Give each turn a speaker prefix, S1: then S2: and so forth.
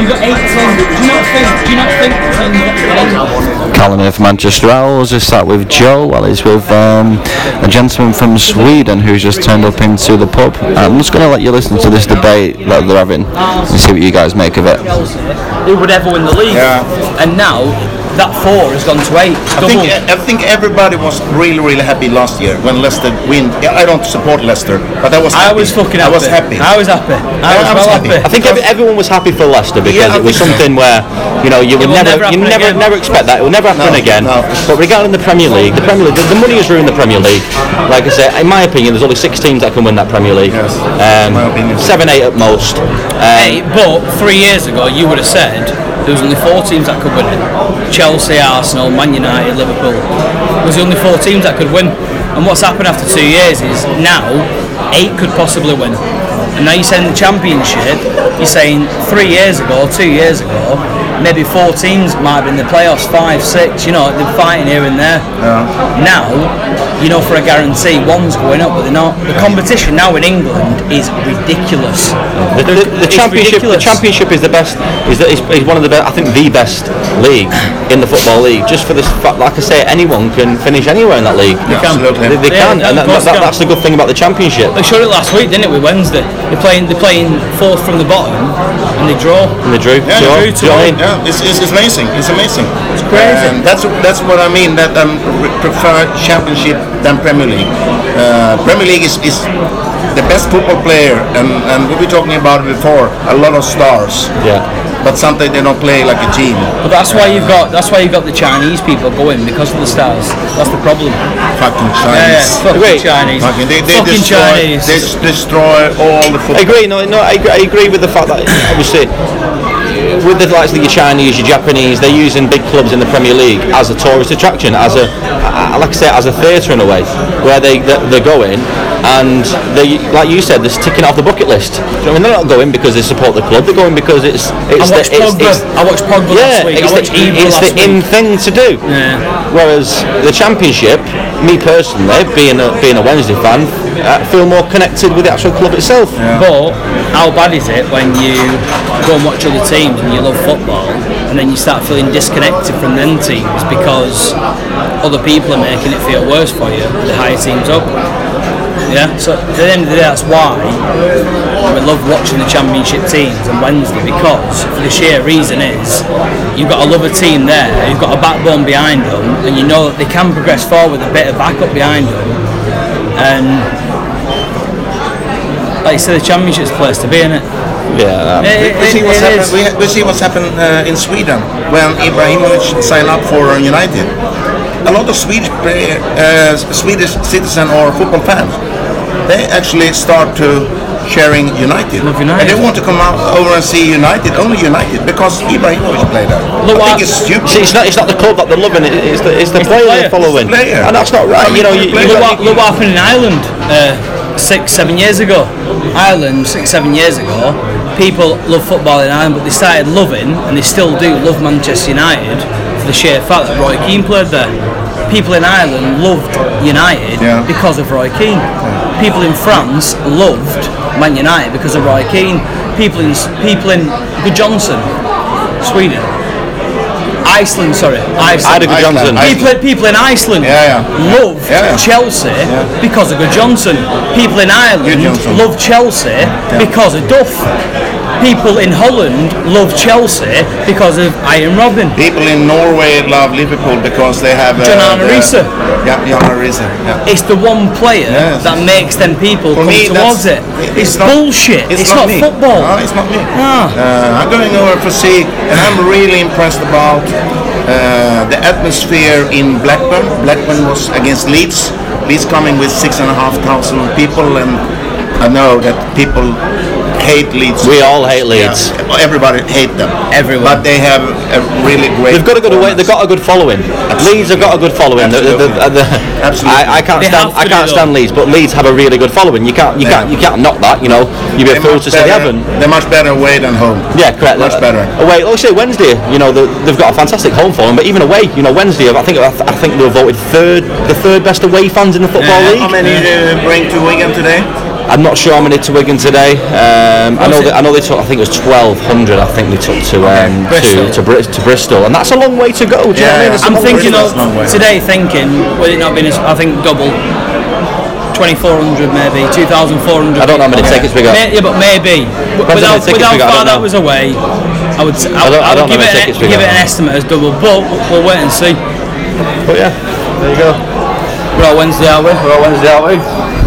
S1: You've got 8, 10. Do you not think, do you not think 10
S2: Colin here from Manchester Owls. Just sat with Joe while he's with um, a gentleman from Sweden who's just turned up into the pub. I'm just going to let you listen to this debate that they're having and see what you guys make of it.
S1: Who would ever win the league?
S3: Yeah.
S1: And now, that 4 has gone to 8. It's
S3: I think, e,
S1: doubled.
S3: I think everybody was really, really happy last year when Leicester win. I don't support Leicester, but I was.
S1: I
S3: Happy.
S1: was fucking happy.
S3: I was happy.
S1: I was happy. I
S3: I
S1: was,
S3: was
S1: well
S3: happy.
S1: happy.
S4: I think every, everyone was happy for Leicester because
S3: Yeah, I
S4: it was
S3: think so.
S4: something where you know you would
S1: will
S4: never,
S1: never
S4: you
S1: happen
S4: never
S1: again.
S4: never expect that it will never happen
S3: No,
S4: again.
S3: no.
S4: But regarding the Premier League, the Premier League, the, the money has ruined the Premier League. Like I said, in my opinion, there's only six teams that can win that Premier League.
S3: Yes,
S4: um,
S3: my opinion.
S4: seven, eight at most. Um,
S1: Hey, but three years ago, you would have said there was only four teams that could win it: Chelsea, Arsenal, Man United, Liverpool. There was the only four teams that could win. And what's happened after two years is now eight could possibly win. And now you're saying the championship. You're saying three years ago, two years ago, maybe four teams might have been in the playoffs, five, six. You know, they're fighting here and there. Now, you know for a guarantee, one's going up, but they're not. The competition now in England is ridiculous.
S4: The, the,
S1: It's
S4: the championship, the
S1: ridiculous.
S4: championship is the best. Is, the, is, is one of the best. I think the best league in the football league. Just for this fact, like I say, anyone can finish anywhere in that league.
S3: can. absolutely.
S4: They, they
S1: Yeah,
S4: can,
S1: yeah,
S4: and
S1: of
S4: that,
S1: course
S4: that,
S1: they can.
S4: that's the good thing about the championship.
S1: They showed it last week, didn't it? With Wednesday, they're playing they're playing fourth from the bottom and they draw.
S4: And they drew.
S3: Yeah,
S4: Do you know-
S3: they drew
S4: do you know what I mean?
S3: Yeah, it's, it's, it's amazing. It's amazing. It's
S1: crazy.
S3: And that's that's what I mean. That I prefer Championship than Premier League. Uh, Premier League is, is the best football player, and, and we were talking about it before. A lot of stars.
S4: Yeah.
S3: But sometimes they don't play like a team.
S1: But that's why you've got that's why you've got the Chinese people going because of the stars. That's the problem.
S3: Fucking
S1: Yeah,
S3: Chinese.
S1: yeah, fucking
S4: Wait.
S1: Chinese.
S3: Fucking, they, they
S1: fucking
S3: destroy,
S1: Chinese.
S3: They s- destroy all the
S4: I
S3: football.
S4: agree. No, no, I agree, I agree with the fact that obviously with the likes of your Chinese, your Japanese, they're using big clubs in the Premier League as a tourist attraction, as a uh, like I say, as a theatre in a way, where they they're they're going and they like you said, they're ticking off the bucket list. Do you know what I mean, they're not going because they support the club; they're going because it's
S1: I
S4: it's the,
S1: watched
S4: it's,
S1: Pogba.
S4: it's-
S1: I watched Pogba last
S4: yeah,
S1: week. I
S4: it's the,
S1: watched Ibra
S4: it's
S1: last
S4: the in
S1: week.
S4: thing to do.
S1: Yeah.
S4: Whereas the championship, me personally, being a being a Wednesday fan, I feel more connected with the actual club itself.
S1: But how bad is it when you go and watch other teams and you love football and then you start feeling disconnected from them teams because other people are making it feel worse for you, the higher teams up. Yeah, so at the end of the day, that's why we love watching the championship teams on Wednesday because for the sheer reason is you've got a lover team there, you've got a backbone behind them, and you know that they can progress forward with a bit of backup behind them. And like you said, the championship's the place to be, isn't it? It-
S4: Yeah,
S3: Um, We
S1: it-
S3: see what's
S1: it
S3: happened.
S1: is.
S3: We, we see what's happened uh, in Sweden when Ibrahimovic signed up for United. A lot of Swedish player, uh, Swedish citizen or football fans, they actually start to sharing United.
S1: Love United.
S3: and they want to come out over and see United, only United, because Ibrahimovic played there.
S1: Look
S3: I
S1: what-
S3: think it's stupid.
S4: um, See, it's not it's not the club that they're loving. it- It's the it's the player
S1: player.
S4: they're following,
S3: It's the player.
S4: and that's not right. you know, you,
S3: Look
S4: you
S1: Look
S4: got-
S1: what, look what happened in Ireland uh, six, seven years ago. Ireland, six, seven years ago, people love football in Ireland, but they started loving, and they still do love Manchester United for the sheer fact that Roy Keane played there. People in Ireland loved United
S3: Yeah.
S1: because of Roy Keane. People in France loved Man United because of Roy Keane. People in people in Good Johnson, Sweden, Iceland, sorry, Iceland.
S4: Ida Good
S3: Iceland,
S4: Johnson.
S3: Iceland.
S1: People, people in Iceland
S3: Yeah, yeah.
S1: love
S3: Yeah, yeah.
S1: Chelsea because of Good Johnson. People in Ireland
S3: Good Johnson.
S1: love Chelsea because of Duff. People in Holland love Chelsea because of Iron Robin.
S3: People in Norway love Liverpool because they have uh,
S1: John Arne
S3: the-
S1: Riise.
S3: Yeah, John Arne Riise, Yeah.
S1: It's the one player
S3: Yes.
S1: that makes them people
S3: For
S1: come
S3: me,
S1: towards it.
S3: that's-
S1: It's,
S3: not-
S1: bullshit. It's, not,
S3: me.
S1: football. Ah.
S3: No, it's not me.
S1: No.
S3: Uh, I'm going over for C, and I'm really impressed about uh, the atmosphere in Blackburn. Blackburn was against Leeds. Leeds coming with six and a half thousand people, and I know that people hate Leeds.
S4: We all hate Leeds.
S3: Yeah, everybody hate them.
S1: Everyone.
S3: But they have a really great.
S4: They've got a good away. They've got a good following. Leeds have got a good following. The- the- the-
S3: Absolutely.
S4: the-
S3: Absolutely.
S4: I, I can't
S1: They
S4: stand.
S1: have to
S4: I
S1: do
S4: can't
S1: though.
S4: stand Leeds, but Leeds have a really good following. You can't. You
S3: Yeah.
S4: can't. You can't knock that. You know, you'd be a
S3: They're
S4: fool
S3: much
S4: to say they
S3: better-
S4: haven't.
S3: They're much better away than home.
S4: Yeah, correct.
S3: Much better.
S4: Away, like I say, Wednesday. You know, the, they've got a fantastic home for them, but even away, you know, Wednesday. I think I, th- I think they were voted third, the third best away fans in the football
S1: Yeah.
S4: league.
S3: How many did you bring to uh, Wigan today?
S4: I'm not sure how many to Wigan today. Um, I
S1: Was
S4: know
S1: it?
S4: that, I know they took. I think it was 1,200. I think they took to um,
S1: Bristol.
S4: to to, Bri- to Bristol, and that's a long way to go. Do you know what I mean?
S3: Yeah,
S4: That's a
S1: I'm
S4: long
S1: thinking
S4: way to
S1: of
S3: that's long way.
S1: today. Thinking would it not been? As, I think double. 2400 maybe 2400
S4: I don't know how many
S1: people.
S4: tickets we got.
S1: May- yeah but maybe W-
S4: Depends how
S1: without,
S4: many tickets
S1: without
S4: we got, I
S1: far
S4: don't
S1: that
S4: know.
S1: was away I would s- I, would-
S4: I don't- I
S1: I
S4: don't
S1: would give, it
S4: know how many
S1: an,
S4: tickets we
S1: give
S4: got.
S1: it an estimate as double but we'll wait and see
S4: But yeah, there you go.
S1: we're all Wednesday are we
S4: We're on Wednesday, aren't we?